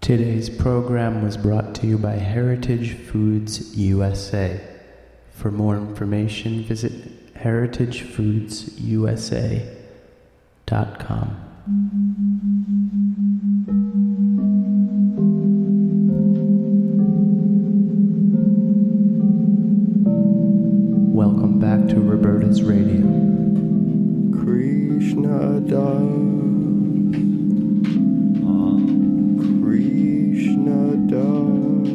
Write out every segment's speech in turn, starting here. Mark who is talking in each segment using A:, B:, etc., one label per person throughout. A: Today's program was brought to you by Heritage Foods USA. For more information, visit heritagefoodsusa.com. Welcome back to Roberta's Radio.
B: Krishna Das. Krishna Das.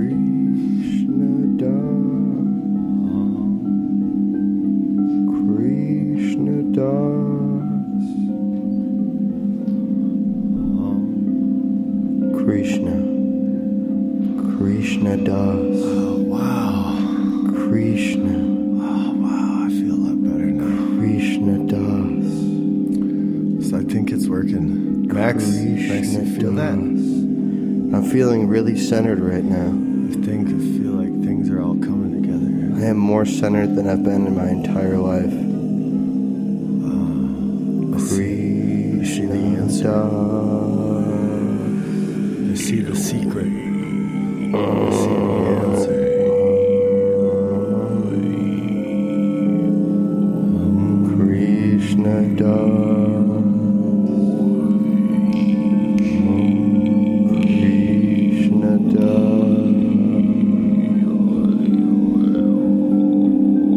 B: Krishna Das. Krishna Das. Krishna. Krishna Das. Krishna.
C: Oh wow, I feel a lot better now.
B: Krishna Das.
C: So I think it's working. Max, Max, you
B: Krishna
C: feel that?
B: Das. I'm feeling really centered right now.
C: I think I feel like things are all coming together.
B: I am more centered than I've been in my entire life.
C: I Uh, see the
B: Krishna
C: answer.
B: Das.
C: I see the secret. I see the answer.
B: Krishna Das. Krishna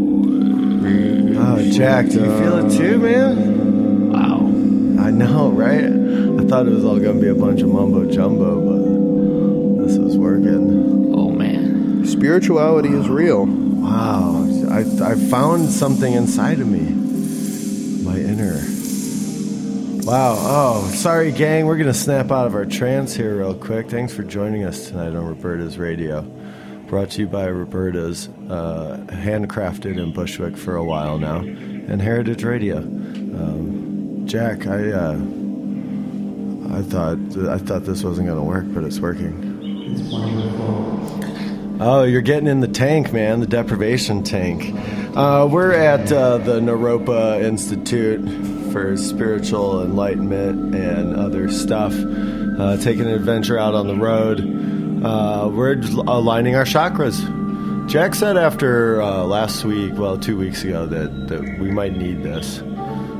B: Das.
C: Oh, Jack, do you feel it too, man? Wow. I know, right? I thought it was all gonna be a bunch of mumbo jumbo, but this was working.
D: Oh man.
B: Spirituality is real.
C: Wow, I, I found something inside of me. My inner. Wow, oh, sorry, gang. We're going to snap out of our trance here real quick. Thanks for joining us tonight on Roberta's Radio. Brought to you by Roberta's, uh, handcrafted in Bushwick for a while now, and Heritage Radio. Um, Jack, I. Uh, I thought I thought this wasn't going to work, but it's working.
A: It's wonderful.
C: Oh, you're getting in the tank, man, the deprivation tank. Uh, we're at uh, the Naropa Institute for Spiritual Enlightenment and other stuff, uh, taking an adventure out on the road. Uh, we're aligning our chakras. Jack said after uh, last week, well, two weeks ago, that, that we might need this.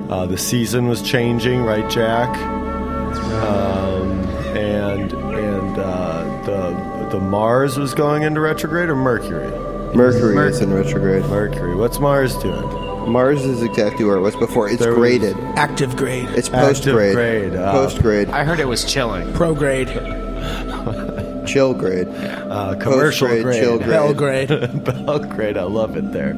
C: Uh, the season was changing, right, Jack? um, and and uh, the the Mars was going into retrograde or Mercury.
B: Mercury is in retrograde.
C: Mercury. What's Mars doing?
B: Mars is exactly where it was before. It's
C: There was-
B: graded.
E: Active grade.
B: It's post grade.
C: grade, uh,
B: post grade.
D: I heard it was chilling.
E: Pro grade.
B: Chill grade.
C: Uh, commercial
B: Post-grade, chill grade.
E: Bell grade.
C: Belgrade. I love it there.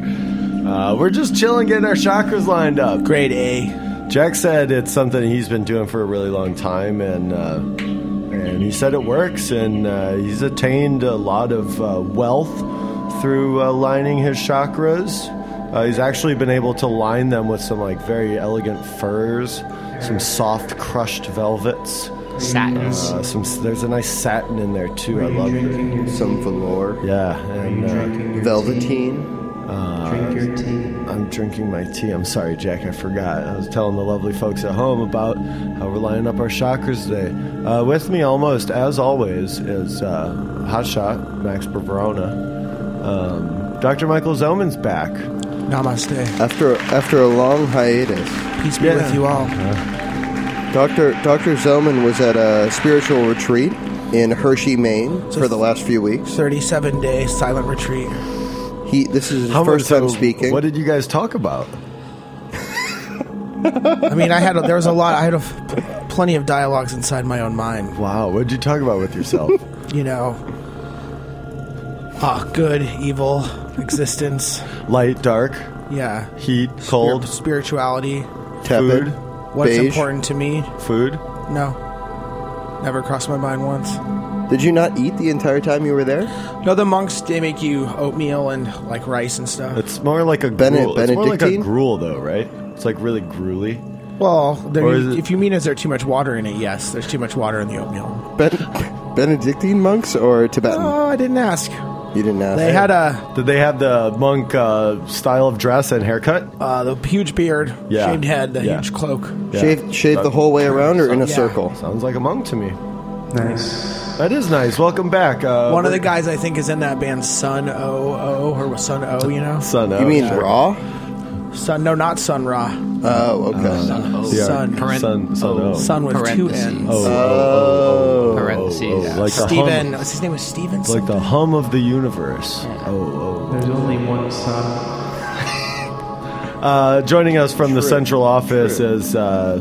C: Uh, we're just chilling, getting our chakras lined up.
E: Grade A.
C: Jack said it's something he's been doing for a really long time, and uh, and he said it works, and uh, he's attained a lot of uh, wealth through uh, lining his chakras. Uh, he's actually been able to line them with some like very elegant furs, some soft crushed velvets.
D: Satins.
C: Uh, some there's a nice satin in there too. I love it.
B: Some velour.
C: Yeah, and uh,
B: Velveteen.
A: Drink your tea.
C: uh, I'm drinking my tea. I'm sorry, Jack. I forgot. I was telling the lovely folks at home about how we're lining up our chakras today. Uh, with me, almost as always, is uh, Hotshot Max Barbarona. Um, Dr. Michael Zelman's back.
E: Namaste.
B: After after a long hiatus,
E: Peace be
C: Yeah.
E: with you all.
B: Doctor Doctor Zelman was at a spiritual retreat in Hershey, Maine, for the last few weeks.
E: 37 day silent retreat.
B: He this is his
C: How
B: first
C: much-
B: time
C: so
B: speaking.
C: What did you guys talk about?
E: I mean, I had a, there was a lot. I had a f- plenty of dialogues inside my own mind.
C: Wow, what did you talk about with yourself?
E: You know, ah, good, evil, existence.
C: Light, dark,
E: Yeah.
C: heat, cold,
E: spirituality.
B: Tepid.
C: food,
E: What's
B: Beige.
E: important to me?
C: food.
E: No, never crossed my mind once.
B: Did you not eat the entire time you were there?
E: No, the monks they make you oatmeal and like rice and stuff.
C: It's more like a
B: Bene-
C: gruel. It's more like a
B: Benedictine?
C: gruel, though, right? It's like really gruely.
E: Well,
C: Or
E: there,
C: is it-
E: if you mean is there too much water in it? Yes,
C: Um,
E: there's too much water in the oatmeal.
B: Ben- Benedictine monks or Tibetan?
E: Oh, I didn't ask.
B: You didn't ask.
E: They had a
C: Did they have the monk uh, style of dress and haircut?
E: uh, the huge beard,
C: Yeah.
E: shaved head, the
C: Yeah. Uh,
E: huge cloak.
C: Yeah.
B: Shave, shave the whole way around or in a
E: Yeah.
B: circle?
C: Sounds like a monk to me.
A: Nice.
C: That is nice. Welcome back. Uh,
E: One of the guys I think is in that band Sun O O or was Sun O, you know?
C: Son of-
B: You mean
C: Sure.
B: raw?
E: Sun no not Sun Ra.
B: Oh, okay.
C: Uh,
D: Oh,
C: Yeah.
E: Sun.
D: Parent-
C: Son. Son.
D: oh.
C: of.
E: Sun with two
D: Parentheses.
E: N's.
C: Oh,
B: Oh.
D: Parentheses.
C: like the
E: Steven
C: hum,
E: what's his name was Steven?
C: like the hum of the universe. Oh,
A: There's only one son.
C: oh. Uh, joining us from the central office is uh,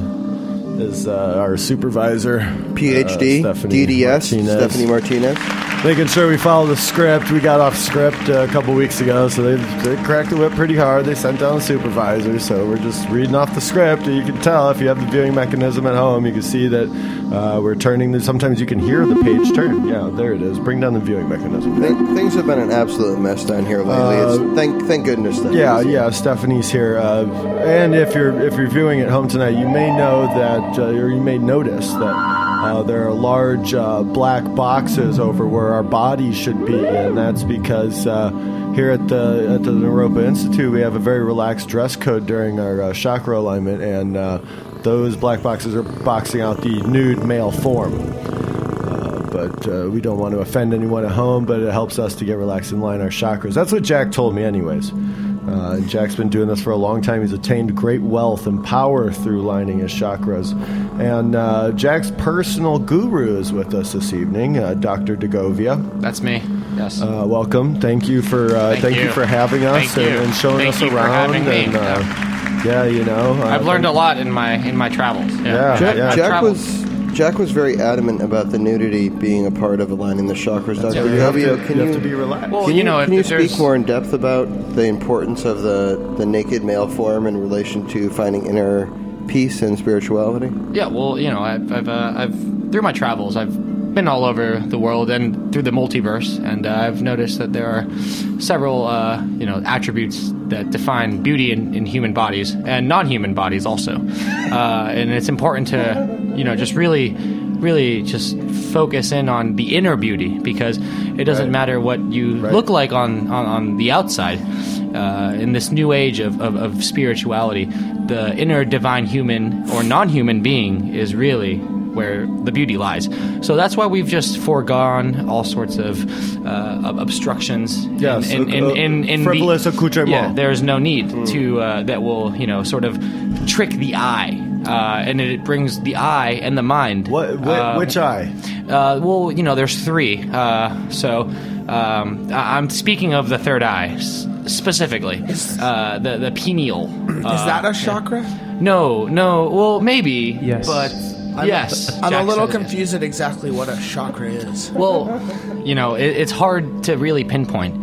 C: is uh, our supervisor,
B: PhD,
C: uh, Stephanie
B: DDS,
C: Martinez.
B: Stephanie Martinez.
C: Making sure we follow the script. We got off script uh, a couple weeks ago, so they, they cracked the whip pretty hard. They sent down a supervisor, so we're just reading off the script. You can tell if you have the viewing mechanism at home, you can see that uh, we're turning. The, sometimes you can hear the page turn. Yeah, there it is. Bring down the viewing mechanism.
B: Th- things have been an absolute mess down here lately. it's, thank, thank goodness. That
C: Yeah, yeah. Stephanie's here, uh, and if you're if you're viewing at home tonight, you may know that, uh, or you may notice that uh, there are large uh, black boxes over where our bodies should be, and that's because uh, here at the at the Naropa Institute we have a very relaxed dress code during our uh, chakra alignment, and uh, those black boxes are boxing out the nude male form but uh, we don't want to offend anyone at home, but it helps us to get relaxed and line our chakras. That's what Jack told me, anyways. Uh, and Jack's been doing this for a long time. He's attained great wealth and power through lining his chakras. And uh, Jack's personal guru is with us this evening, uh, Dr. Degovia.
D: That's me. Yes.
C: Uh, welcome. Thank you for uh,
D: Thank
C: thank you.
D: you.
C: for having us
D: Thank
C: and,
D: you.
C: and showing
D: Thank
C: us
D: you for
C: around.
D: having me.
C: and uh, yeah, you know, uh,
D: I've learned a lot in my in my travels.
C: Yeah.
D: I've-
B: Jack,
C: yeah.
D: I've
B: Jack
D: traveled.
B: was Jack was very adamant about the nudity being a part of aligning the chakras. Doctor
C: You have to,
B: Rubio, can
C: you
B: you,
C: have to be relaxed.
D: Well,
B: can
D: you know,
B: can
D: if
B: you
D: there's-
B: speak more in depth about the importance of the the naked male form in relation to finding inner peace and spirituality?
D: Yeah, well, you know, I've, I've, uh, I've through my travels, I've been all over the world and through the multiverse, and uh, I've noticed that there are several, uh, you know, attributes that define beauty in, in human bodies and non-human bodies also, uh, and it's important to, you know, just really, really just focus in on the inner beauty because it doesn't
C: Right.
D: matter what you
C: Right.
D: look like on, on, on the outside. Uh, in this new age of, of, of spirituality, the inner divine human or non human being is really where the beauty lies. So that's why we've just foregone all sorts of uh, ob- obstructions. in-
C: Yes,
D: in, in,
C: uh,
D: in, in, the-
C: frivolous Mm. accoutrement.
D: Yeah, there's no need to uh, that will you know sort of trick the eye, uh, and it brings the eye and the mind.
C: what, wh-
D: uh,
C: which eye?
D: uh, well, you know, there's three. Uh, so um, I- I'm speaking of the third eye s- specifically, uh, the the pineal. Uh,
E: Is that a chakra?
D: no, no. Well, maybe.
A: Yes.
D: But
E: I'm-
D: yes.
E: I'm
D: Jack
E: a little
D: said it.
E: confused at exactly what a chakra is.
D: Well, you know, it, it's hard to really pinpoint.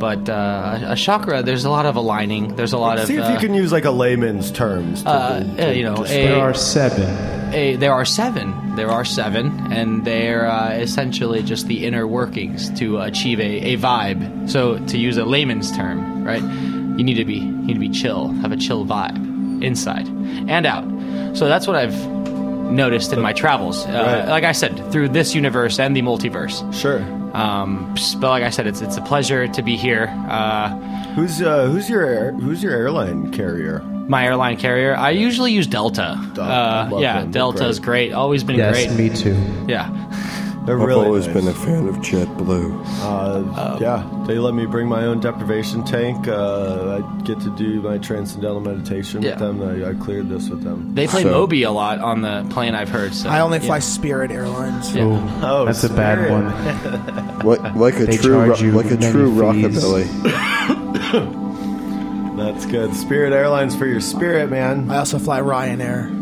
D: But uh, a chakra, there's a lot of aligning. There's a lot of
C: See if
D: uh,
C: you can use like a layman's terms. To,
D: uh,
C: to-
D: uh,
C: to
D: you know,
C: describe.
D: a-
A: There are seven.
D: a, Eh, there are seven. There are seven, and they're uh, essentially just the inner workings to achieve a, a vibe. So, to use a layman's term, right? You need to be you need to be chill, have a chill vibe inside and out. So that's what I've noticed in my travels. Uh,
C: Right.
D: Like I said, through this universe and the multiverse.
C: sure.
D: Um, s- but like I said, it's it's a pleasure to be here. Uh,
C: Who's uh, who's your air, who's your airline carrier?
D: my airline carrier. I usually use Delta.
C: Delta,
D: Uh,
C: love
D: yeah,
C: them, they're
D: Delta is great. Always been
A: Yes,
D: great.
A: me too.
D: Yeah.
C: They're really nice.
B: fan of JetBlue.
C: Uh, yeah, they let me bring my own deprivation tank. Uh, I get to do my transcendental meditation
D: Yeah.
C: with them. I, I cleared this with them.
D: They play
B: So-
D: Moby a lot on the plane. I've heard. So.
E: I only
D: yeah.
E: fly Spirit Airlines.
D: Yeah.
A: Oh,
C: Oh,
A: that's a
C: spirit.
A: bad one.
B: Like, like a
A: They
B: true
A: charge you
B: ro- like a
A: many
B: true
A: fees.
B: rockabilly.
C: That's good. Spirit Airlines for your spirit, man.
E: I also fly Ryanair.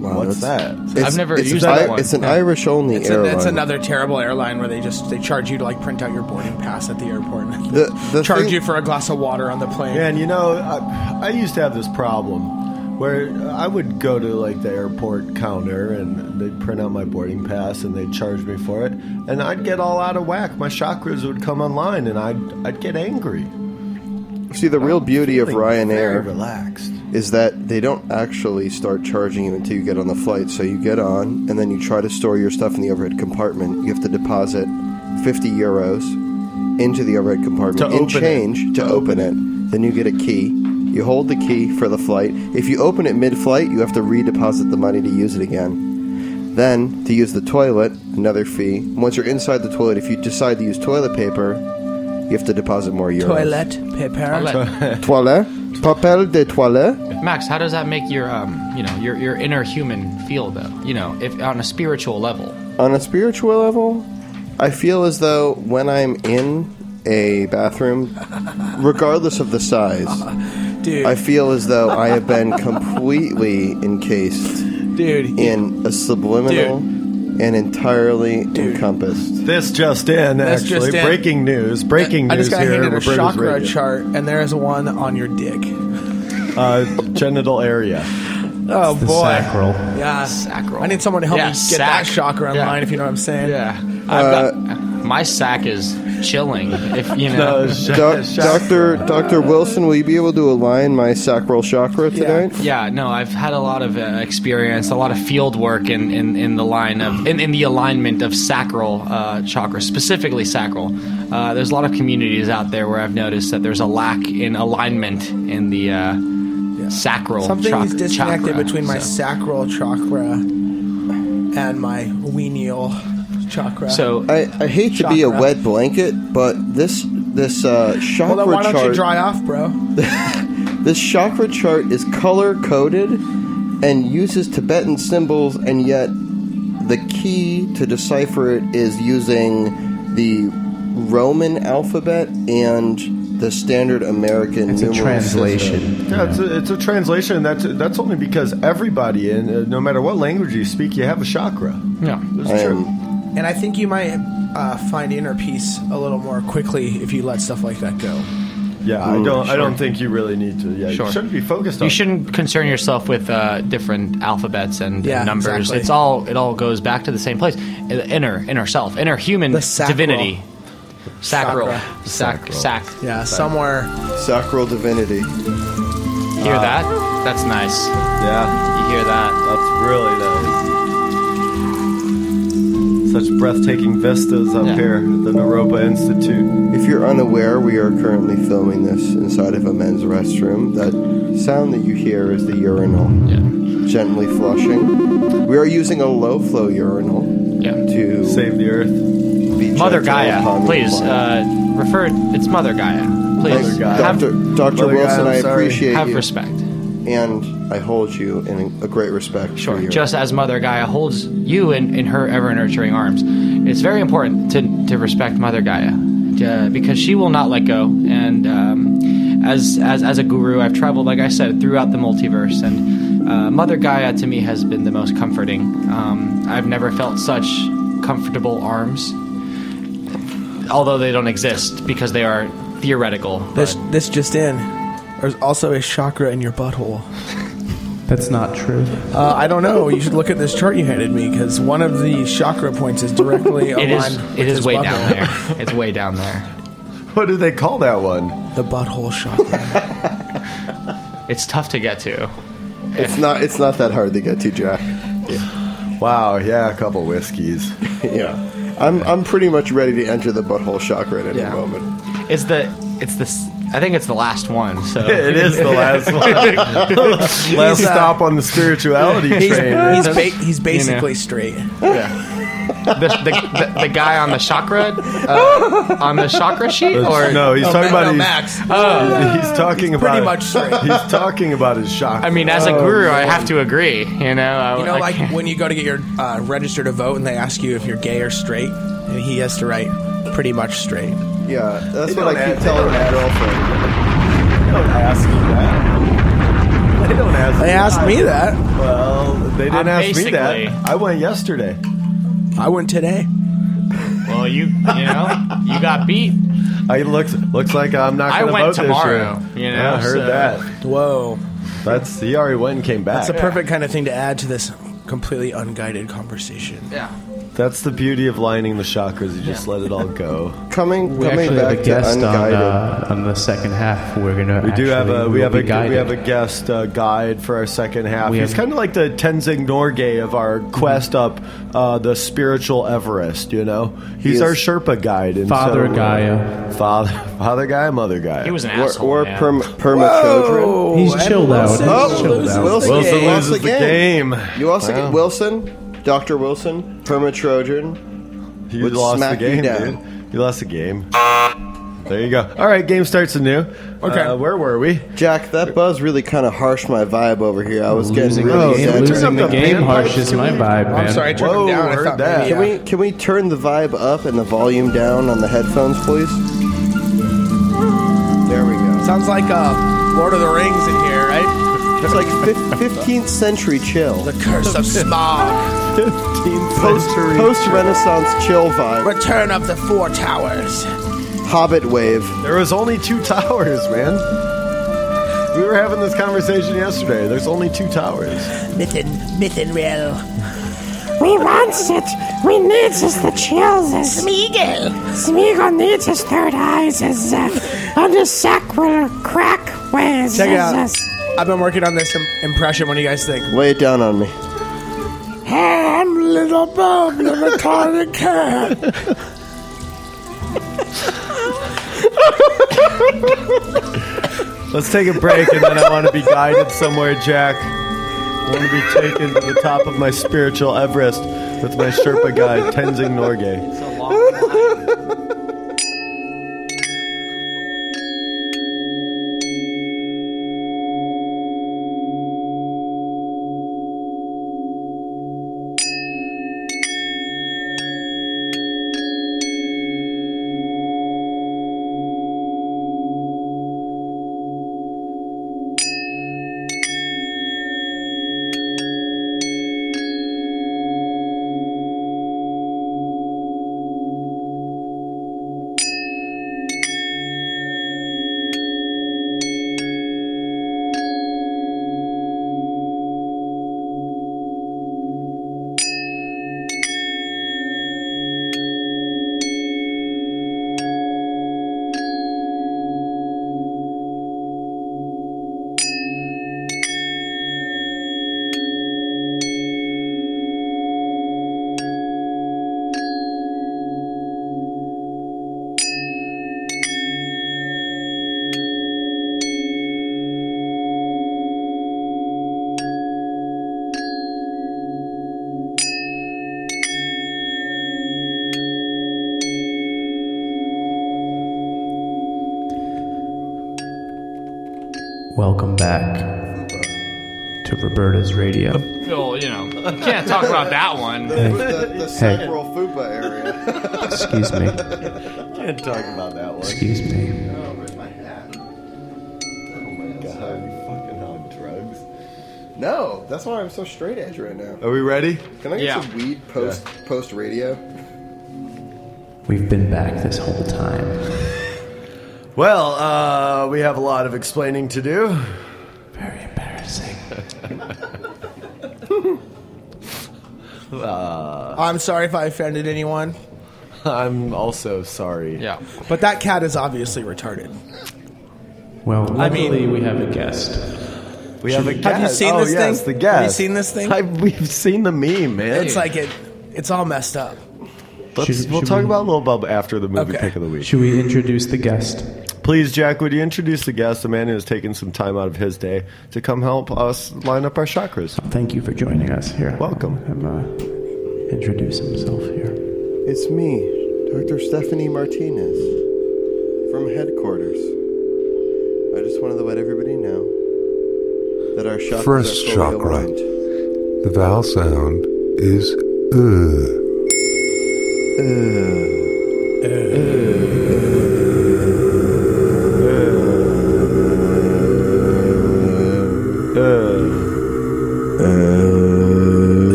B: Wow,
C: What's
B: that's-
C: that?
B: It's,
D: never
B: it's
D: used
B: an
D: that
B: Ir-
D: one.
B: It's an
D: Yeah.
B: Irish only
E: It's, a,
B: airline.
E: it's another terrible airline where they just they charge you to like print out your boarding pass at the airport.
B: The- the
E: charge
B: thing-
E: you for a glass of water on the plane.
C: Man, you know, I, I used to have this problem where I would go to like the airport counter and they'd print out my boarding pass and they'd charge me for it, and I'd get all out of whack. My chakras would come online, and I'd I'd get angry.
B: See, the real beauty of
C: Like, very
B: Ryanair
C: relaxed.
B: is that they don't actually start charging you until you get on the flight. So you get on, and then you try to store your stuff in the overhead compartment. You have to deposit 50 euros, into the overhead compartment
C: To
B: in
C: open it.
B: change to open it. Then you get a key. You hold the key for the flight. If you open it mid flight, you have to redeposit the money to use it again. Then, to use the toilet, another fee. Once you're inside the toilet, if you decide to use toilet paper, you have to deposit more euros.
E: Toilet paper.
D: Toilet.
B: Toilet. Papel de toilet.
D: Max, how does that make your um, you know, your your inner human feel though? You know, if on a spiritual level.
B: On a spiritual level, I feel as though when I'm in a bathroom, regardless of the size,
E: Dude,
B: I feel as though I have been completely encased
E: dude.
B: in a subliminal and entirely encompassed.
C: This just in,
E: This
C: actually.
E: just in.
C: breaking news. Breaking
E: I
C: news
E: just got
C: here.
E: handed a
C: Roberta's
E: chakra
C: radio.
E: chart, and there is one on your dick.
C: Uh, genital area.
E: Oh
A: The
E: boy.
A: sacral.
E: Yeah.
D: Sacral.
E: Uh, I need someone to help
D: Yeah,
E: me get
D: sac.
E: that chakra
D: Yeah.
E: online, if you know what I'm saying.
D: I've got, my sack is chilling. If you know,
C: No, sh-
B: Doc,
C: chakra.
B: Doctor Doctor Wilson, will you be able to align my sacral chakra tonight?
D: Yeah, no, I've had a lot of uh, experience, a lot of field work in, in, in the line of in, in the alignment of sacral uh, chakra, specifically sacral. Uh, there's a lot of communities out there where I've noticed that there's a lack in alignment in the uh, sacral.
E: Something
D: chak-
E: is disconnected
D: chakra.
E: between my
D: So-
E: sacral chakra and my weenial chakra.
D: So,
B: I, I hate to be a
E: Chakra.
B: wet blanket, but this this uh, chakra
E: well, then why don't
B: chart
E: you dry off, bro?
B: This chakra chart is color coded and uses Tibetan symbols, and yet the key to decipher it is using the Roman alphabet and the standard American
A: It's a
B: numeral system.
A: translation.
C: Yeah, it's a, it's a translation. That's that's only because everybody, in uh, no matter what language you speak, you have a chakra.
D: yeah.
C: That's
B: I
C: true.
B: am-
E: And I think you might uh, find inner peace a little more quickly if you let stuff like that go.
C: Yeah, I don't. I don't think you really need to. Yeah,
D: Sure.
C: you shouldn't be focused on.
D: You shouldn't concern yourself with uh, different alphabets and
E: Yeah,
D: numbers.
E: exactly.
D: It's all it all goes back to the same place: The inner inner self, inner human
E: The sacral.
D: divinity, sacral,
E: Chakra.
D: sac, sac.
E: Yeah, somewhere.
B: Sacral divinity.
D: Hear that? That's nice.
C: Yeah,
D: You hear that?
C: that's really nice. Such breathtaking vistas up
D: Yeah.
C: here at the Naropa Institute.
B: If you're unaware, we are currently filming this inside of a men's restroom. That sound that you hear is the urinal
D: Yeah.
B: gently flushing. We are using a low flow urinal
D: Yeah.
B: to
C: Save the earth.
B: be
D: Mother
B: gentle
D: Gaia,
B: upon the
D: please
B: client.
D: uh, refer. It's Mother Gaia. Please
B: Thanks,
C: Gaia.
D: have
B: Dr. Dr.
C: Mother Gaia,
B: Wilson,
C: I'm
B: I
C: sorry.
B: appreciate
D: have
B: you.
D: respect.
B: And I hold you in a great respect.
D: Sure.
B: For your,
D: Just as Mother Gaia holds you in, in her ever nurturing arms, it's very important to, to respect Mother Gaia uh, because she will not let go. And um, as, as, as a guru, I've traveled, like I said, throughout the multiverse. And uh, Mother Gaia to me has been the most comforting. Um, I've never felt such comfortable arms, although they don't exist because they are theoretical.
E: This, this just in. There's also a chakra in your butthole.
A: That's not true.
E: Uh, I don't know. You should look at this chart you handed me because one of the chakra points is directly
D: It
E: aligned.
D: is,
E: with
D: it is
E: his
D: way
E: butthole.
D: down there. It's way down there.
C: What do they call that one?
E: The butthole chakra.
D: It's tough to get to.
B: it's not. It's not that hard to get to, Jack.
C: Wow. Yeah, a couple whiskeys.
B: yeah. I'm. I'm pretty much ready to enter the butthole chakra at any
D: Yeah.
B: moment.
D: It's the it's the s- I think it's the last one. So
C: It is the last one. last
E: He's, uh,
C: stop on the spirituality
E: he's,
C: train.
E: he's, ba- he's basically straight.
D: the, the, the, the guy on the chakra uh, on the chakra sheet or
C: no, he's
E: No,
C: talking
E: Oh,
C: about
D: Oh,
E: Ma- no,
C: his-
E: Max.
C: he's talking about
E: pretty much straight.
C: He's talking about his Oh, chakra.
D: I mean, as a guru, I have to agree. You know, I,
E: You know,
D: I
E: like
D: can't-
E: when you go to get your uh, register to vote and they ask you if you're gay or straight, and he has to write pretty much straight.
B: Yeah. That's
C: They
B: what
C: don't
B: I
C: ask-
B: keep telling
C: they
B: my
C: don't
B: girlfriend.
C: They don't ask you that. They don't ask.
E: They
C: you
E: asked me that.
C: Well, they didn't
D: I'm
C: ask me
D: basically-
C: that. I went yesterday.
E: I went today.
D: well, you you know, you got beat.
C: I looks looks like I'm not
D: I
C: going to
D: went
C: vote
D: tomorrow,
C: this
D: you
C: year.
D: know,
C: Yeah, I heard
D: so-
C: that.
E: Whoa.
C: That's he already went and came back.
E: That's a perfect kind of thing to add to this completely unguided conversation.
D: Yeah,
C: That's the beauty of lining the chakras. You just let it all go.
B: Coming,
A: We
B: coming
A: actually have
B: back
A: a
B: to
A: guest on,
B: unguided.
A: uh, on the second half. We're gonna.
C: We do have a we have a
A: guided.
C: we have a guest uh, guide for our second half.
A: We
C: He's
A: have-
C: kind of like the Tenzing Norgay of our quest up uh, the spiritual Everest. You know, he's
B: is-
C: our Sherpa guide and
A: Father
C: so, uh,
A: Gaia.
C: father Father Gaia, Mother Gaia.
D: He was an
B: We're,
D: asshole.
B: we're
D: man.
B: perm, perma children.
A: He's chilled out. He's
B: Oh,
A: chilled
B: Wilson,
A: out.
B: Wilson,
C: Wilson
B: game.
C: loses the game.
B: You also get Wilson, Doctor Wilson, perma Trojan.
C: You
B: Would
C: lost the
B: smack you
C: game,
B: down.
C: dude. You lost the game. There you go. All right, game starts anew.
E: Okay.
C: Uh, where were we?
B: Jack, that buzz really kind of harshed my vibe over here. I was getting
A: Losing
B: really
A: the game,
B: sad.
A: Oh, losing the
C: Turn up the
A: game
C: pan
A: harsh
C: pipes.
A: is my vibe, man.
E: I'm sorry, I turned
C: Whoa,
E: him down. I
C: heard
E: thought
C: that.
E: maybe,
B: Can
E: uh,
B: we can we turn the vibe up and the volume down on the headphones, please? There we go.
E: Sounds like uh, Lord of the Rings in here, right?
B: It's like fif- 15th century chill,
E: The curse of smog.
B: post post uh, Renaissance chill vibe,
E: Return of the Four Towers.
B: Hobbit wave.
C: There was only two towers, man. We were having this conversation yesterday. There's only two towers.
E: Mithin, Mithinriel.
F: We wants it. We needs is the chills. Is
E: Smeagol.
F: Smeagol needs his third eyes. Is uh, on his sacral crack ways.
E: Check it out.
F: is-
E: I've been working on this Im- impression. What do you guys think?
B: Lay it down on me.
F: Hey, I'm little Bob, the retarded cat.
C: Let's take a break, and then I want to be guided somewhere, Jack. I want to be taken to the top of my spiritual Everest with my Sherpa guide, Tenzing Norgay.
A: Welcome back to Roberta's Radio.
D: Well, you know, you can't talk about that one.
B: The, the sacral fupa area.
A: Excuse me.
C: Can't talk about that one.
A: Excuse me.
B: Oh No, that's why I'm so straight edge right now.
C: Are we ready?
B: Can I get
D: Yeah.
B: some weed post post radio?
A: We've been back this whole time.
C: Well, uh, we have a lot of explaining to do.
A: Very embarrassing.
E: I'm sorry if I offended anyone,
C: I'm also sorry.
D: Yeah.
E: but that cat is obviously retarded.
A: Well, luckily
E: mean-
A: we have a guest.
C: We have a guest.
E: you seen
C: oh,
E: this
C: yes,
E: thing?
C: the
E: Have
C: guest.
E: you seen this thing?
C: I, we've seen the meme, man.
E: It's like it. It's all messed up.
C: Let's,
A: Should-
C: we'll
A: should
C: talk
A: we-
C: about Lil Bub after the movie
E: Okay.
C: pick of the week.
A: Should we introduce the guest?
C: Please, Jack, would you introduce the guest, a man who has taken some time out of his day to come help us line up our chakras?
A: Thank you for joining us here.
C: Welcome.
A: I'm, uh, introduce himself here.
B: It's me, Dr. Stephanie Martinez from headquarters. I just wanted to let everybody know that our chakras
G: First
B: are fully
G: chakra.
B: aligned.
G: The vowel sound is uh.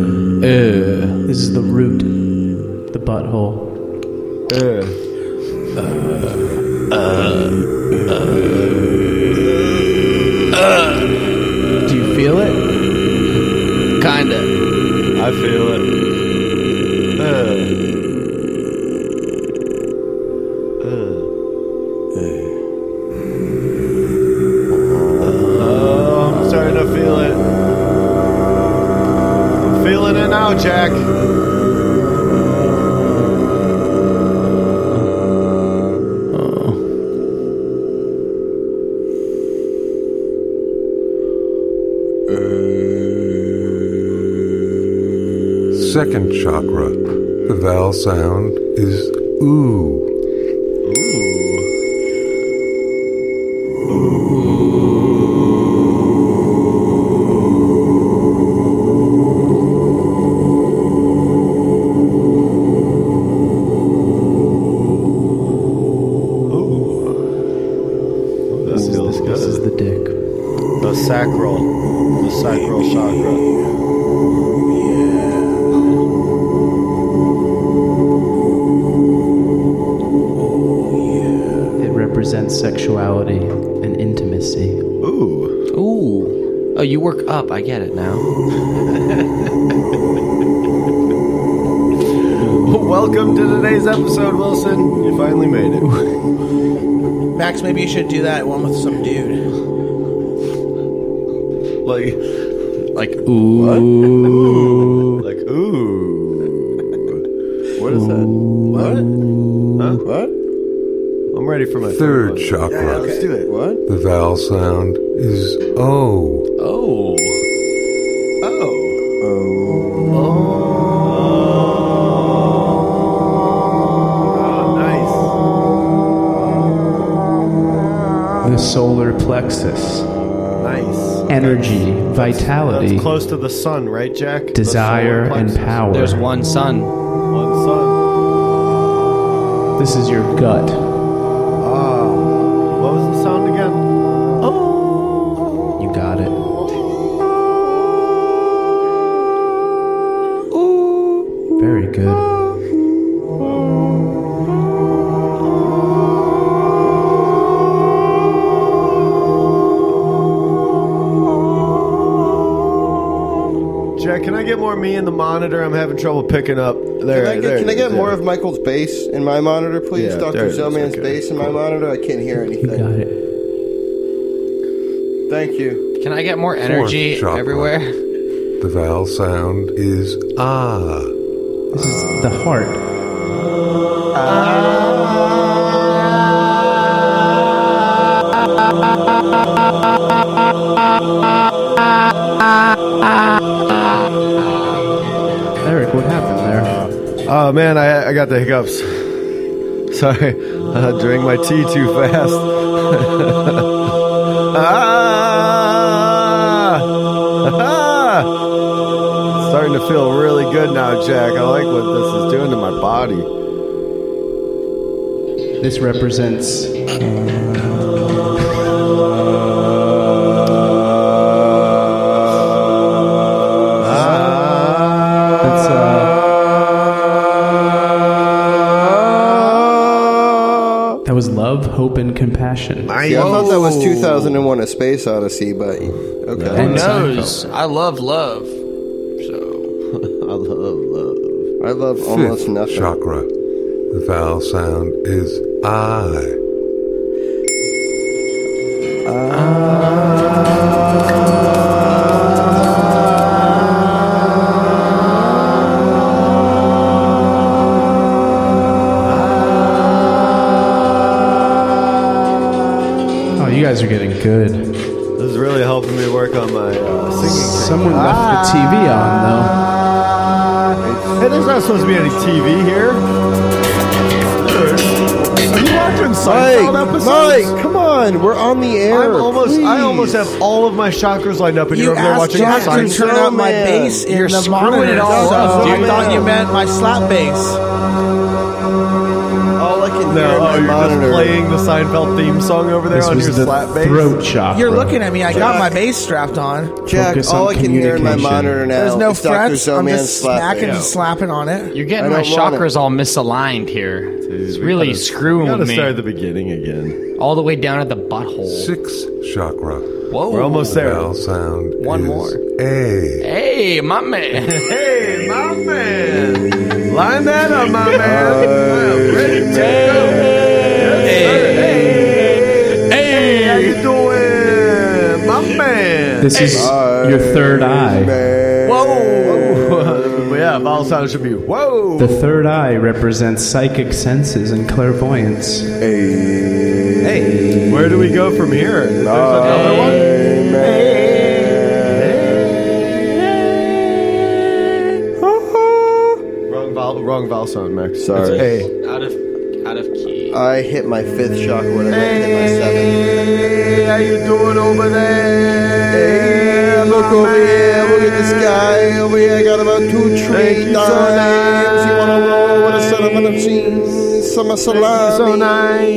A: This is the root, the butthole.
C: Eh,
A: Do you feel it?
D: Kinda.
C: I feel it. Eh. Eh. Oh, I'm starting to feel it. I'm feeling it now, Jack.
G: Second chakra. The vowel sound is ooh.
C: This feels good.
A: This is the dick.
C: the sacral, the sacral chakra.
A: It represents sexuality and intimacy.
C: Ooh,
H: Ooh. Oh, you work up. I get it now.
C: welcome to today's episode, Wilson. You finally made it.
E: Max, maybe you should do that one with some dude.
C: Like,
H: Like, ooh.
C: like ooh. What is that? What? Huh? What? I'm ready for my
G: Third
C: one.
G: chakra.
C: Let's do it. What?
G: The vowel sound is o.
C: Oh. Oh. Oh, nice.
A: The solar plexus.
C: Nice.
A: Energy, vitality,
C: That's close to the sun, right, Jack? The
A: desire,
C: solar
A: and
C: plexus.
A: power.
H: There's one sun.
C: One sun.
A: This is your gut.
C: What was the sound again?
A: You got it. Very good.
C: Jack, can I get more me in the monitor? I'm having trouble picking up. There,
B: Can I get,
C: there
B: can
C: it
B: I get
C: is,
B: more
C: there.
B: of Michael's bass in my monitor, please?
C: Yeah, there
B: Dr.
C: it is.
B: Zellman's
C: Okay,
B: bass in my monitor? I can't hear
A: You
B: anything.
A: got it.
B: Thank you.
D: Can I get more energy
G: chakra.
D: everywhere?
G: The vowel sound is ah.
A: This is the heart. Eric, what happened there?
C: Oh man, I, I got the hiccups. Sorry, I drank my tea too fast. ah! Ah! Starting to feel really good now, Jack. I like what this is doing to my body.
A: This represents uh, That's, uh,
B: Ah!
A: that was love, hope, and compassion.
B: See, I thought that
C: oh.
B: was 2001 A Space Odyssey, but okay.
D: Who
A: And
D: knows? I love love. So
C: I love love.
B: I love
G: Fifth
B: almost nothing.
G: chakra. The vowel sound is I.
A: Oh, you guys are getting good.
C: This is really helping me work on my uh, singing.
A: Someone left the TV on,
C: Hey, there's not supposed to be any TV here. Are you watching Seinfeld
B: Mike,
C: episodes?
B: Mike, come on. We're on the air.
C: I'm almost. I
B: please.
C: almost have all of my chakras lined up, and
E: You
C: you're over there
E: asked
C: watching
E: Jack to
C: Seinfeld.
E: turn up my
B: Zellman.
E: bass in
D: You're
E: the
D: screwing it
E: monitor.
D: all
E: so
D: up,
E: I
B: dude.
E: thought you meant my slap bass.
B: All I can hear
C: No,
B: in
C: oh,
B: my
C: you're
B: monitor.
C: just playing the Seinfeld theme song over there
A: though. This
C: on
A: was
C: your
A: the
C: slap bass.
A: throat chakra.
E: You're looking at me. I got my bass strapped on.
B: Jack,
A: Focus
B: all
A: on
B: I can hear in my
A: communication.
B: monitor now
E: There's no
B: is Dr.
E: frets. I'm
B: Zellman's
E: just
B: slap
E: smacking and
B: bass.
E: slapping on it.
D: you're
B: I
D: getting my
B: don't want
D: chakras all misaligned here. It's really
C: gotta,
D: screwing
C: gotta
D: with me.
C: start at the beginning again.
D: all the way down at the butthole.
G: Sixth chakra.
D: Whoa.
C: We're almost there.
G: Vowel sound
D: One
G: is
D: more.
G: A.
D: Hey, my man.
C: Hey, my man. Line that up, my man. I'm ready to go. Hey, how you doing, my man?
A: This is your third eye.
C: Whoa. yeah, vowel sound should be whoa.
A: The third eye represents psychic senses and clairvoyance.
C: Where do we go from here? There's another one. Wrong vowel, wrong vowel sound, Max.
B: Sorry.
C: It's A.
H: Out of out of key.
B: I hit my fifth chakra when I meant to hit my seventh.
C: Hey, how you doing over there?
B: Hey, look over here, look at this guy over here. I got about two
C: Thank you
B: trees.
C: so
B: Darlings, you wanna roll with a
C: nice.
B: cinnamon of cheese, some salami.
C: So nice.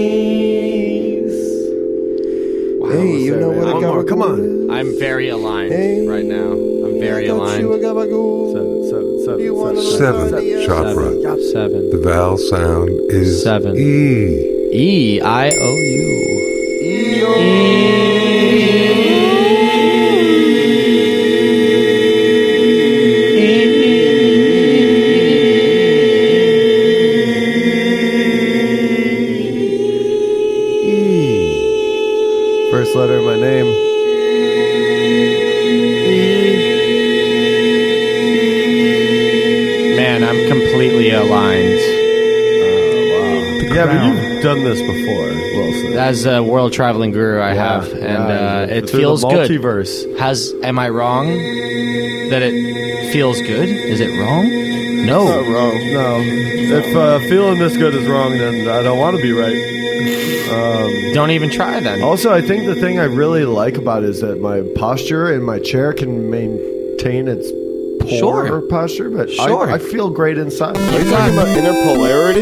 B: Hey, you know what I
C: One
B: got?
C: more, come on.
D: I'm very aligned
B: Hey.
D: right now. I'm very
B: Got you a
D: aligned.
B: gabagool.
C: Seven, seven, seven,
B: You want
C: seven.
G: Seventh chakra.
H: Seven.
G: The vowel sound is
H: Seven.
G: E.
H: E I O U.
C: First letter of my name.
D: Man, I'm completely aligned.
C: Yeah, but you've done this before, Wilson.
D: As a world traveling guru, I
C: Yeah,
D: have, and
C: yeah,
D: uh, it
C: through
D: feels
C: the
D: good.
C: multiverse.
D: Has am I wrong that it feels good? Is it wrong? No.
B: Wrong.
C: No, if uh, feeling this good is wrong, then I don't want to be right.
D: Don't even try then.
C: Also, I think the thing I really like about it is that my posture in my chair can maintain its poor
D: Sure.
C: posture, but I-
D: Sure.
C: I, feel great inside.
B: Are you talking about inner polarity?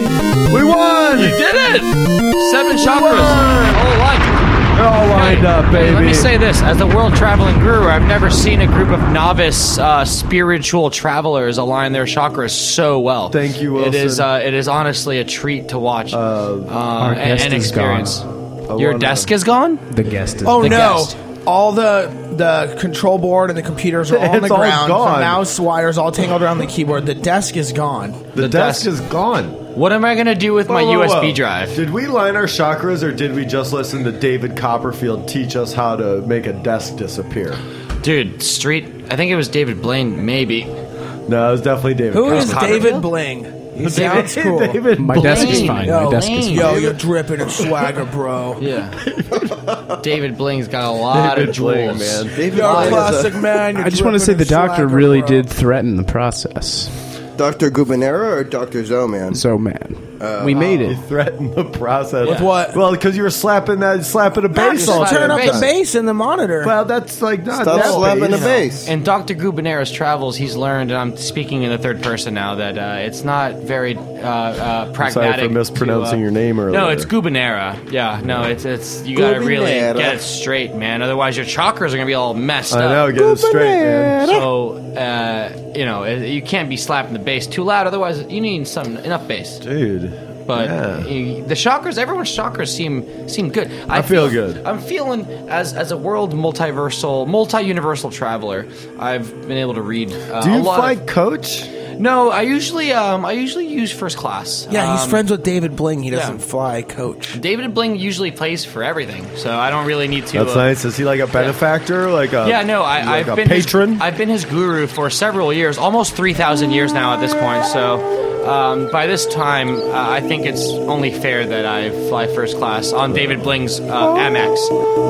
C: We won!
D: You did it! Seven chakras. Oh, Whole life.
C: They're all lined up, baby.
D: Let me say this: as a world traveling guru, I've never seen a group of novice uh, spiritual travelers align their chakras so well.
C: Thank you,
D: It is.
C: Wilson.
D: Uh, it is honestly a treat to watch uh,
A: Our
D: and,
A: guest
D: and
A: is
D: experience.
C: I
D: Your
C: wanna-
D: desk is gone.
A: The guest is.
E: Oh
D: The
E: no!
D: guest.
E: All the the control board and the computers are all on
C: It's
E: the
C: all
E: ground.
C: gone.
E: The mouse wires all tangled around the keyboard. The desk is gone.
C: The,
D: The
C: desk, is
D: desk.
C: gone.
D: What am I gonna do with my
C: Whoa, whoa,
D: USB
C: whoa.
D: drive?
C: Did we line our chakras, or did we just listen to David Copperfield teach us how to make a desk disappear?
D: Dude, Street. I think it was David Blaine, maybe.
C: No, it was definitely David.
E: Who is
C: Copperfield.
E: David Bling? He sounds cool.
C: David
A: My desk is fine.
E: Yo,
A: My desk is fine.
E: Yo, you're dripping in swagger, bro.
D: Yeah. David Bling's got a lot of
C: David Blaine,
D: jewels.
C: man.
B: David
E: You're a
B: Lyons,
E: classic man.
A: I just want to say the doctor really did threaten the process.
B: uh, Dr. Gubernera or Dr. Zoman?
A: So man, we made it.
C: threatened the process
E: With what?
C: Well, because you were slapping that, slapping a bass
E: Max,
C: all
E: turn
C: the
E: up the
C: time.
E: bass in the monitor.
C: Well, that's like not
B: Stop
C: that
B: slapping the
C: bass.
B: bass.
D: In Dr. Gubanera's travels, he's learned, and I'm speaking in the third person now, that uh, it's not very uh, uh, pragmatic. to,
C: mispronouncing
D: uh,
C: your name
D: No,
C: earlier.
D: it's Gubanera. Yeah, no, it's it's you gotta really
B: Gubanera.
D: get it straight, man. Otherwise, your chakras are gonna be all messed
C: I know,
D: up.
C: get it straight, man.
D: So, uh, you know, it- you can't be slapping the bass too loud. Otherwise, you need some enough bass.
C: Dude.
D: But
C: Yeah.
D: you- the chakras, everyone's chakras seem seem good. I,
C: feel good.
D: I'm feeling as as a world multiversal, multi-universal traveler. I've been able to read. Uh,
C: Do
D: a
C: you
D: lot
C: fly
D: of-
C: coach?
D: no, I usually um I usually use first class.
E: yeah, he's
D: Um,
E: friends with David Bling. He doesn't
D: yeah.
E: fly coach.
D: David Bling usually plays for everything, so I don't really need to.
C: That's
D: uh,
C: nice. Is he like a benefactor? Like a
D: Yeah, no, I,
C: like
D: I've
C: a
D: been
C: patron.
D: His, I've been his guru for several years, almost three thousand years now at this point. So, um, by this time, uh, I think it's only fair that I fly first class on David Bling's uh, Amex.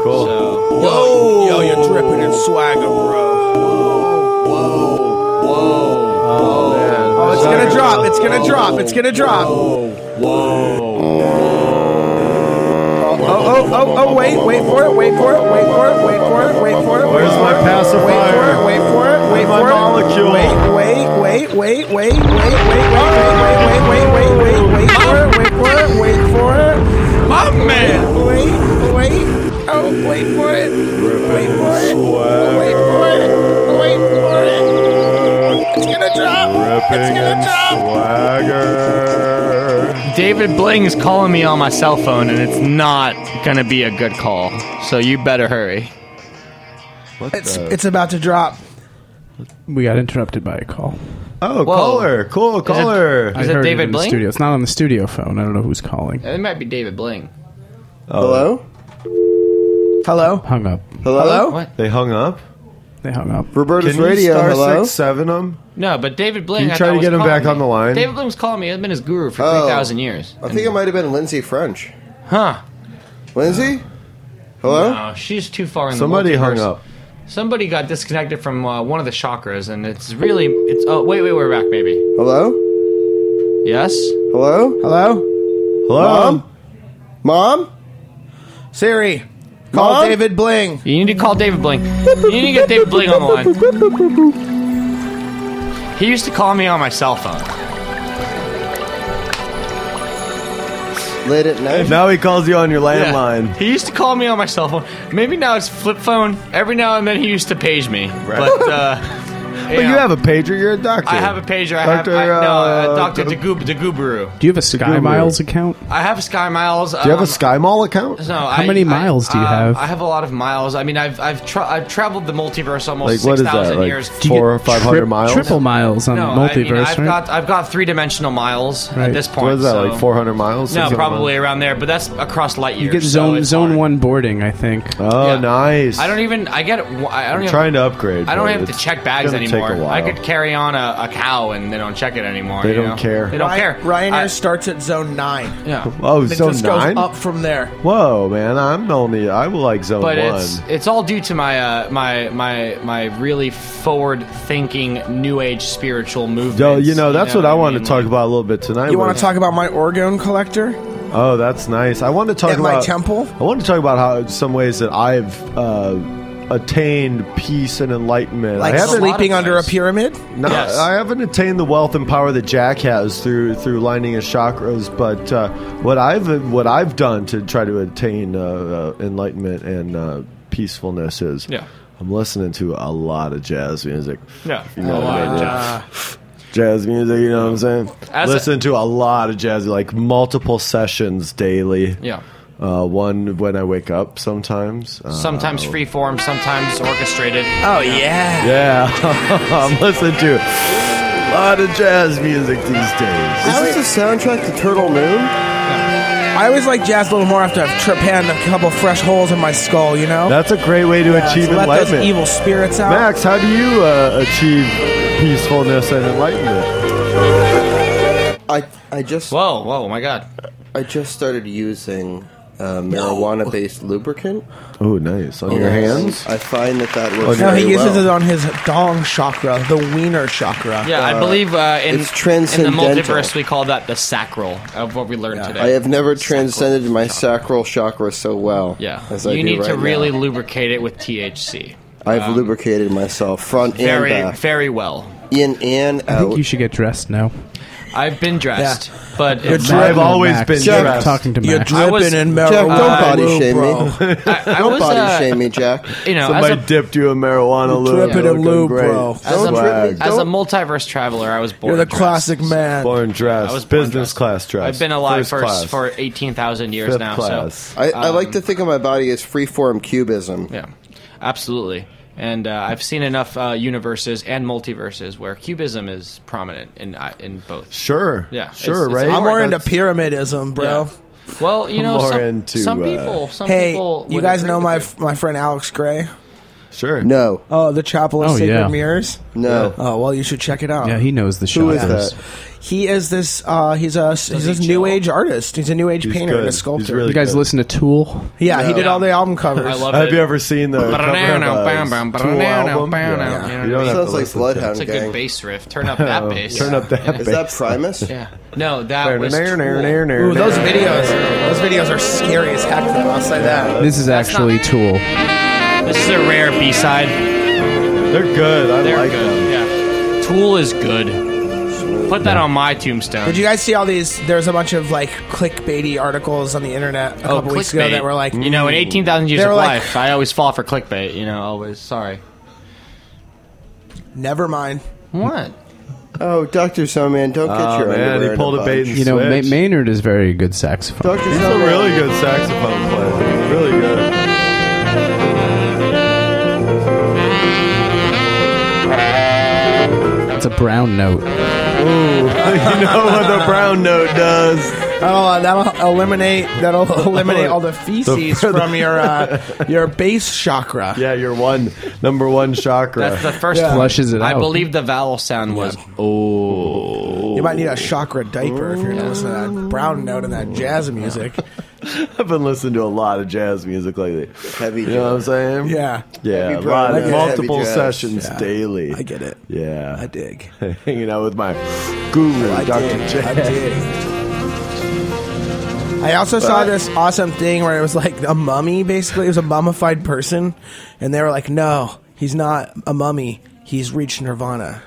C: Cool.
D: So,
E: Yo, yo, you're dripping in swagger, bro. Oh, it's gonna drop. It's gonna drop. It's gonna drop.
C: oh, oh, oh,
E: Oh, wait, wait for it. Wait for it. Wait for it. Wait for it. Wait for it.
C: Where's
E: wait
C: my
E: for it,
C: pacifier?
E: Wait for it. Wait for it. Wait
C: my
E: for it.
C: molecule?
E: Wait, wait, wait, wait, wait, wait, wait, wait, wait, wait, wait, wait, wait, wait for it. Wait for it. Wait for it.
D: my man.
E: Wait, wait. Oh, wait for it. Wait for it. Wait for it. Wait for it. It's gonna drop. It's gonna drop.
C: swagger.
D: David Bling is calling me on my cell phone, and it's not gonna be a good call. So you better hurry.
C: What
E: It's
C: the-
E: it's about to drop.
I: We got interrupted by a call.
C: oh, caller, cool caller.
D: Is it
I: heard
D: David
I: in the
D: Blaine?
I: studio. It's not on the studio phone. I don't know who's calling.
D: It might be David Bling.
B: Hello?
E: Hello?
I: Hung up.
B: Hello?
E: Hello?
D: What?
C: They hung up.
I: They hung up.
B: Roberta's
C: Can you
B: Radio,
C: star
B: hello?
C: six seven them?
D: No, but David Bling.
C: Can you
D: I
C: try
D: thought
C: to
D: was
C: get him
D: calling
C: back
D: me.
C: on the line?
D: David Bling's calling me. He's been his guru for
B: Oh.
D: three thousand years.
B: I think it might have been Lindsay French.
D: Huh?
B: Lindsay? Hello?
D: No, Uh, she's too far in.
C: Somebody
D: the
C: hung
D: multiverse.
C: up.
D: Somebody got disconnected from uh, one of the chakras, and it's really it's. Oh wait, wait, we're back, maybe.
B: Hello?
D: Yes.
B: Hello?
E: Hello?
C: Hello.
B: Mom? Mom?
E: Siri, call
B: Mom?
E: David Bling.
D: You need to call David Bling. You need to get David Bling on the line. He used to call me on my cell phone.
B: Late at night?
C: Now he calls you on your
D: Yeah.
C: landline.
D: He used to call me on my cell phone. Maybe now it's flip phone. Every now and then he used to page me. But uh,
C: But you have a pager. You're a doctor.
D: I have a pager. I
C: Doctor,
D: have
C: uh,
D: I, no, uh, Doctor
C: Do-
D: Dagub Daguburu.
I: Do you have a Sky
C: Google.
I: Miles account?
D: I have Sky Miles. um,
C: Do you have a Sky Mall account?
D: No, uh,
I: How many miles do you have?
D: I have a lot of miles. I mean, I've I've tra- I've traveled the multiverse almost
C: Like what
D: six
C: is that?
D: thousand
C: Like
D: years.
I: Do you
C: four or
I: get
C: five hundred
I: trip-
C: miles?
I: Triple miles on
D: no,
I: the
D: I mean,
I: multiverse,
D: I've
I: right?
D: got I've got three dimensional miles
I: Right.
D: at this point.
C: What is that?
D: so-
C: Like four hundred miles?
D: No,
C: 600
D: probably
C: miles?
D: around there. But that's across light years.
I: you get
D: so
I: zone
D: it's
I: zone
D: hard.
I: one boarding, I think.
C: Oh,
D: Yeah.
C: nice.
D: I don't even. I get. it- I don't.
C: I'm
D: even,
C: trying to upgrade.
D: I don't
C: but
D: have to
C: it's
D: check bags
C: gonna
D: anymore.
C: Take a while.
D: I could carry on a, a cow and they don't check it anymore.
C: They
D: you
C: don't
D: know?
C: care.
D: They don't
E: Ry-
D: care.
E: Ryanair
D: I-
E: starts at zone nine.
D: yeah.
C: Oh,
E: It
C: zone
E: just
C: nine.
E: goes up from there.
C: Whoa, man! I'm only I would like zone
D: But
C: one.
D: it's it's all due to my uh, my my my really forward thinking new age spiritual movement.
C: Yo, you know that's what I want to
D: mean?
C: talk
D: Like,
C: about a little bit tonight.
E: You want to
C: was-
E: talk about my orgone collector?
C: Oh, that's nice. I want to talk
E: At my
C: about
E: temple?
C: I want to talk about how some ways that I've uh, attained peace and enlightenment.
E: Like
C: I haven't
E: sleeping
D: of
E: under a
D: those.
E: pyramid?
C: No,
D: Yes.
C: I haven't attained the wealth and power that Jack has through through lining his chakras, but uh, what I've what I've done to try to attain uh, uh, enlightenment and uh, peacefulness is
D: Yeah.
C: I'm listening to a lot of jazz music.
D: Yeah.
C: You know
D: A
C: what
D: lot
C: I
D: of
C: mean? Jazz music, you know what I'm saying?
D: As a-
C: Listen to a lot of jazz, like multiple sessions daily.
D: Yeah.
C: Uh, one when I wake up sometimes. Uh,
D: Sometimes free form, sometimes orchestrated.
E: Oh yeah.
C: yeah, I'm listening to a lot of jazz music these days.
B: Is this the soundtrack to Turtle Moon?
E: I always like jazz a little more after I've trepanned a couple fresh holes in my skull. You know,
C: That's a great way to
E: Yeah,
C: achieve
E: to let those
C: enlightenment.
E: evil spirits out.
C: Max, how do you uh, achieve peacefulness and enlightenment?
B: I, I just
D: Whoa, whoa, my God!
B: I just started using uh, marijuana-based lubricant.
C: Oh, nice. On your hands?
B: I find that that
C: Oh,
B: works.
E: No, he
B: very
E: uses
B: well.
E: it on his dong chakra, the wiener chakra.
D: Yeah, I believe uh, in
B: it's
D: in the
B: transcendental.
D: multiverse we call that the sacral of what we learned today.
B: I have never transcended my sacral chakra so well.
D: Yeah,
B: as I
D: you
B: do
D: need
B: right
D: to
B: now.
D: really lubricate it with THC.
B: I've lubricated myself front
D: Very,
B: and uh, back,
D: very well.
B: in and
I: I think
B: out.
I: you should get dressed now.
D: I've been dressed, but it's,
E: dri-
C: I've
I: No,
C: always
I: Max,
C: been
I: I'm
C: dressed.
I: Talking to
E: You're
I: Max.
E: dripping
D: was-
E: in
B: Jack,
E: marijuana.
B: don't body shame
E: bro.
B: me.
D: I, I
B: Don't
D: was,
B: body
D: uh,
B: shame me, Jack.
D: you know, as
C: Somebody
D: a,
C: dipped you in marijuana lube.
E: Drip it
C: You're
E: in
C: looking
E: lube,
C: great.
E: bro.
D: as,
B: Don't
D: a,
B: drag.
D: as a
B: Don't-
D: multiverse traveler, I was born.
E: You're the
D: dressed.
E: classic man.
C: Born dressed.
D: I was born
C: Business
D: dressed.
C: class dressed.
D: I've been alive
C: First
D: for
C: class.
D: for eighteen thousand years
C: Fifth
D: now.
C: class.
D: So
B: I, I like to think of my body as freeform cubism.
D: Um, yeah, absolutely. And uh, I've seen enough uh, universes and multiverses where cubism is prominent in I- in both.
C: Sure.
D: Yeah, it's-
C: Sure,
D: it's
C: right?
D: all
E: I'm more into
C: That's-
E: pyramidism, bro.
D: Well, you know,
C: More
D: some,
C: into,
D: some
C: uh,
D: people, some
E: Hey,
D: people.
E: you
D: would
E: guys
D: agree
E: know
D: with
E: my
D: you.
E: f- my friend Alex Gray?
C: Sure.
B: No,
E: Oh, the Chapel of
I: Oh,
E: Sacred
I: yeah.
E: Mirrors.
B: no.
E: Oh well, you should check it out.
I: Yeah, he knows the show.
B: Who is that?
E: He is this. Uh, he's a he's this new age artist. He's a new age
C: He's
E: painter and
C: good.
E: a
C: He's
E: sculptor.
C: really
I: You guys
C: good.
I: listen to Tool?
E: yeah, he did
D: Yeah.
E: all the album covers.
D: I love
C: Have
D: it.
C: you ever seen the cover of
D: Ba-da-na-na,
C: a Tool album?
D: ba-da-na-na,
C: Yeah.
D: you know
C: You
D: what I
C: don't
D: mean?
C: have to
B: Sounds like
C: listen to it. Oh,
B: Bloodhound
D: It's a
B: Gang.
D: good bass riff. Turn up that bass.
C: Turn up that
B: Is that Primus?
D: Yeah. No, that was. Tool.
E: Ooh, those videos. Those videos are scary as heck. Though, I'll say that.
I: This is actually
D: not-
I: Tool.
D: This is a rare B side.
C: They're good. I
D: They're
C: like them.
D: good. Yeah. Tool is good. Put that on my tombstone.
E: Did you guys see all these? There's a bunch of like clickbaity articles on the internet a couple weeks ago
D: Oh, clickbait. Mm.
E: that were like,
D: you know, in eighteen thousand years
E: They were
D: of
E: like-
D: life, I always fall for clickbait. You know, always. Sorry.
E: never mind.
D: What?
B: Oh, Doctor Soundman, don't get
C: Oh,
B: your
C: man, he
B: underwear in
C: pulled a bait
B: bunch.
C: and-
A: You know, Ma-
C: Switch.
A: Maynard is very good saxophone.
B: Doctor
C: He's a really good saxophone player. Really good.
A: It's a brown note.
C: you know what the brown note does.
E: Oh, that'll eliminate that'll eliminate all the feces from your uh, your base chakra.
C: Yeah, your one number one chakra.
D: That's the first one.
A: Flushes it
D: I
A: out.
D: believe the vowel sound was "Oh."
E: You might need a chakra diaper if you're gonna listen to that brown note and that jazz music.
C: I've been listening to a lot of jazz music lately.
B: Heavy
C: You know what I'm saying?
E: Yeah,
C: Yeah, a
B: Heavy brown
C: lot,
B: note,
C: multiple
B: heavy jazz.
C: sessions
E: Yeah.
C: daily.
E: I get it.
C: Yeah.
E: I dig.
C: Hanging out with my guru,
E: I
C: Dr.
E: dig. I
C: Jazz.
E: dig. I also saw this awesome thing where it was like a mummy. Basically, it was a mummified person, and they were like, "No, he's not a mummy. He's reached nirvana."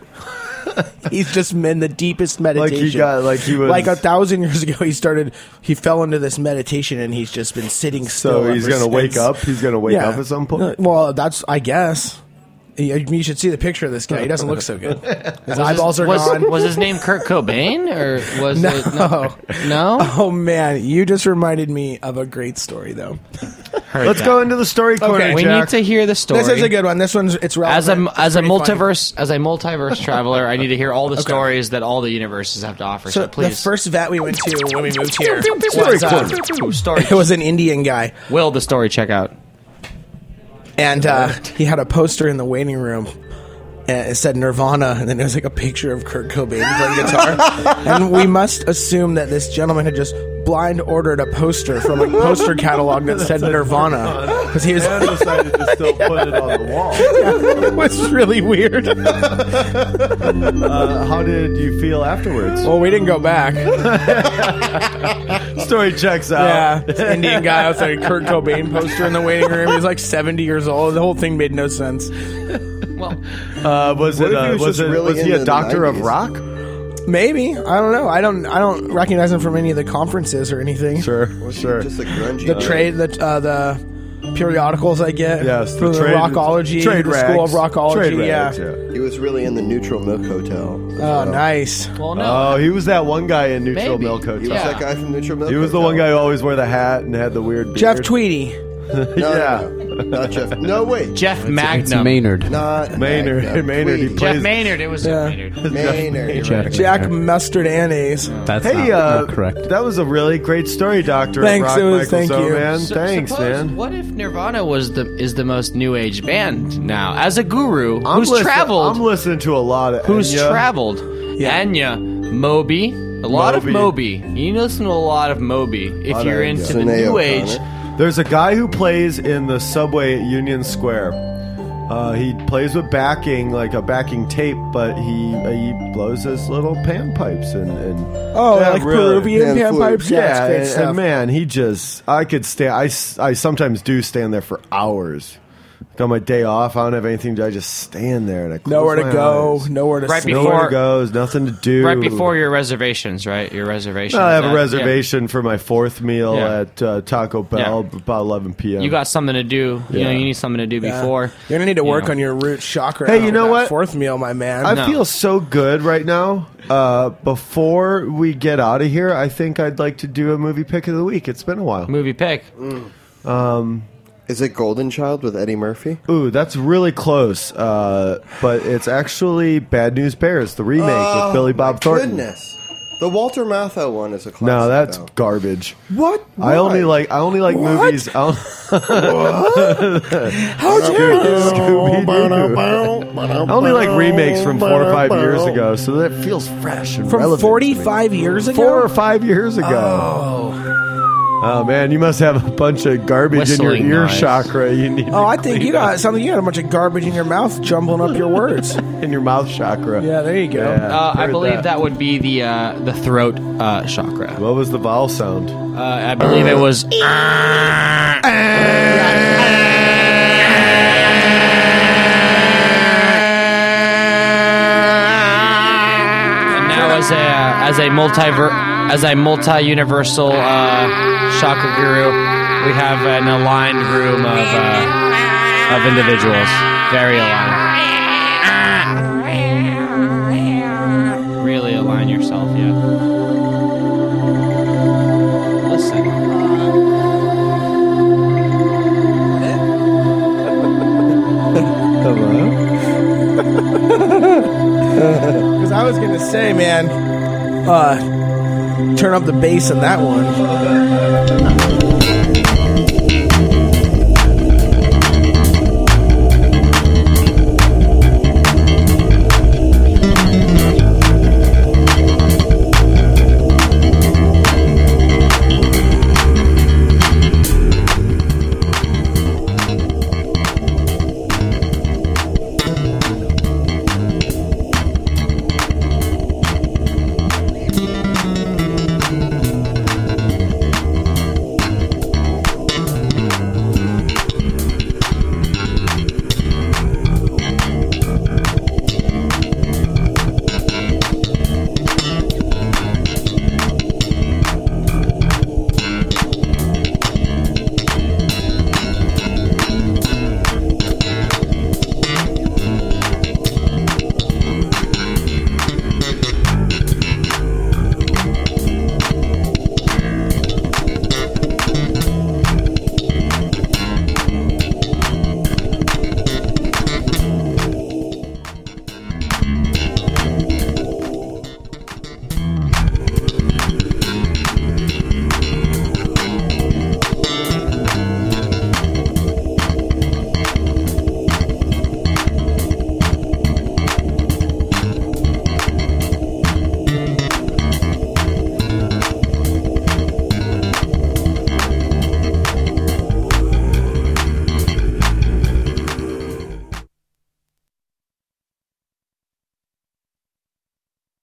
E: He's just in the deepest meditation.
C: got- like he was-
E: like a thousand years ago. He started. He fell into this meditation, and he's just been sitting still.
C: So he's
E: ever
C: gonna wake
E: since.
C: up. He's gonna wake up at some point.
E: Uh, Well, that's I guess. You you should see the picture of this guy. He doesn't look so good. His eyeballs are
D: was,
E: gone.
D: was his name Kurt Cobain or was
E: No.
D: it no? no?
E: Oh man, you just reminded me of a great story though.
C: Let's go into the story corner.
E: Okay.
D: We
C: Jack.
D: need to hear the story.
E: This is a good one. This one's it's
D: as
E: relevant.
D: a as a
E: Pretty funny.
D: multiverse as a multiverse traveler, I need to hear all the stories that all the universes have to offer. So,
E: So the
D: please,
E: first vet we went to when we moved here
C: Story
E: was, uh,
C: corner.
D: Ooh, story.
E: it was an Indian guy,
D: Will the story check out?
E: and uh, he had a poster in the waiting room. And it said Nirvana, and then it was like a picture of Kurt Cobain playing guitar. and we must assume that this gentleman had just blind ordered a poster from a poster catalog that said Nirvana because he was
C: And decided to still put it on the wall.
E: it was really weird.
C: Uh, how did you feel afterwards?
E: well, we didn't go back.
C: Story checks out.
E: Yeah, this Indian guy with a Kurt Cobain poster in the waiting room. He was like 70 years old. The whole thing made no sense.
D: Well,
C: Uh, was
B: What
C: it?
B: if he
C: Uh,
B: was
C: was
B: just
C: it?
B: really
C: was he
B: into
C: a
B: the
C: doctor of
B: 90s?
C: rock?
E: Maybe I don't know. I don't. I don't recognize him from any of the conferences or anything.
C: Sure, sure.
B: Just a grungy.
E: The trade, the uh, the periodicals I get.
C: Yes, the
E: from the,
C: trade-
E: rockology,
C: trade
E: the school of
C: rags.
E: rockology.
C: Trade
E: yeah.
C: rags, yeah.
B: He was really in the Neutral Milk Hotel. as
E: Oh,
B: well.
E: nice.
D: well, no.
C: Oh, he was that one guy in Neutral
D: Maybe.
C: Milk
B: He
C: Hotel.
B: was
D: Yeah.
B: that guy from Neutral Milk.
C: He was the
B: Hotel.
C: one guy who always wore the hat and had the weird beard.
E: Jeff Tweedy.
B: No,
C: yeah.
B: no, no. not Jeff. No, wait,
D: Jeff
A: It's
D: Magnum.
A: Maynard.
B: not
C: Maynard.
B: Magnum.
C: Maynard, he
B: Tweety.
C: played-
D: Jeff
C: Please.
D: Maynard. It was
E: Yeah.
D: Maynard.
B: Maynard. you're right.
E: Jack
A: Maynard.
E: Mustard Anise.
A: That's
C: Hey,
A: not,
C: uh,
A: not correct.
C: that was a really great story, Doctor. of
E: Thanks,
C: Rock,
E: it was-
C: Michael
E: thank you.
C: Soman.
D: Su-
C: Thanks,
D: suppose-
C: man.
D: What if Nirvana was the is the most new age band now? As a guru
C: I'm
D: who's
C: listen-
D: traveled,
C: I'm listening to a lot of
D: who's
C: Enya.
D: traveled,
E: Yeah.
D: Enya, Moby, a lot of Moby. You need to listen to a lot of Moby if
C: lot
D: you're
C: of Enya.
D: into the
B: Sinead
D: new
B: O'Connor.
D: age.
C: There's a guy who plays in the subway at Union Square. Uh, he plays with backing, like a backing tape, but he uh, he blows his little pan pipes and, and
E: Oh,
C: Yeah,
E: like
C: really.
E: Peruvian
B: Yeah,
E: pan pipes.
C: yeah,
E: it's great
C: and,
E: stuff.
C: and man, he just I could stay. I, s- I sometimes do stand there for hours. Like on my day off, I don't have anything. to do. I just stand there and I close
E: nowhere
C: my
E: to go.
C: eyes.
E: Nowhere to
D: Right
E: sleep.
C: Nowhere
D: Before-
C: to go. There's nothing to do.
D: Right before your reservations, right? Your reservations.
C: I have
D: uh,
C: a
D: yeah.
C: reservation for my fourth meal
D: Yeah.
C: at uh, Taco Bell about 11 p.m.
D: You got something to do. You know,
C: Yeah.
D: you need something to do
E: Yeah.
D: before.
E: You're gonna need to
D: you
E: work
D: know.
E: on your root chakra.
C: Hey, you
E: for
C: know
E: that
C: what?
E: Fourth meal, my man.
C: I
D: No.
C: feel so good right now. Uh, before we get out of here, I think I'd like to do a movie pick of the week. It's been a while.
D: movie pick.
B: Is it Golden Child with Eddie Murphy?
C: Ooh, that's really close. Uh, but it's actually Bad News Bears, the remake with Billy Bob Thornton.
B: Oh Goodness, the Walter Matthau one is a classic.
C: No, that's
B: though.
C: garbage.
B: what?
C: I only
B: Why?
C: like I only like
E: What?
C: movies. I don't-
E: How dare you?
C: I only like remakes from four or five years ago, so that feels fresh and
E: From
C: relevant. to me.
E: 45 years ago?
C: four or five years ago. Oh. man, you must have a bunch of garbage in
D: Whistling
C: your ear
D: noise.
C: chakra. You need
E: Oh, I think you got something. You got a bunch of garbage in your mouth, jumbling up your words.
C: in your mouth chakra.
E: Yeah, there you go.
C: Yeah,
D: Uh, I
C: heard
D: believe that. would be the uh, the throat uh, chakra.
C: What was the vowel sound?
D: Uh, I believe it was. And now, as a uh, as a multiver as a multi universal uh, chakra guru, we have an aligned room of uh, of individuals, very aligned.
J: Thank
E: was gonna say, man. Uh, turn up the bass in that one.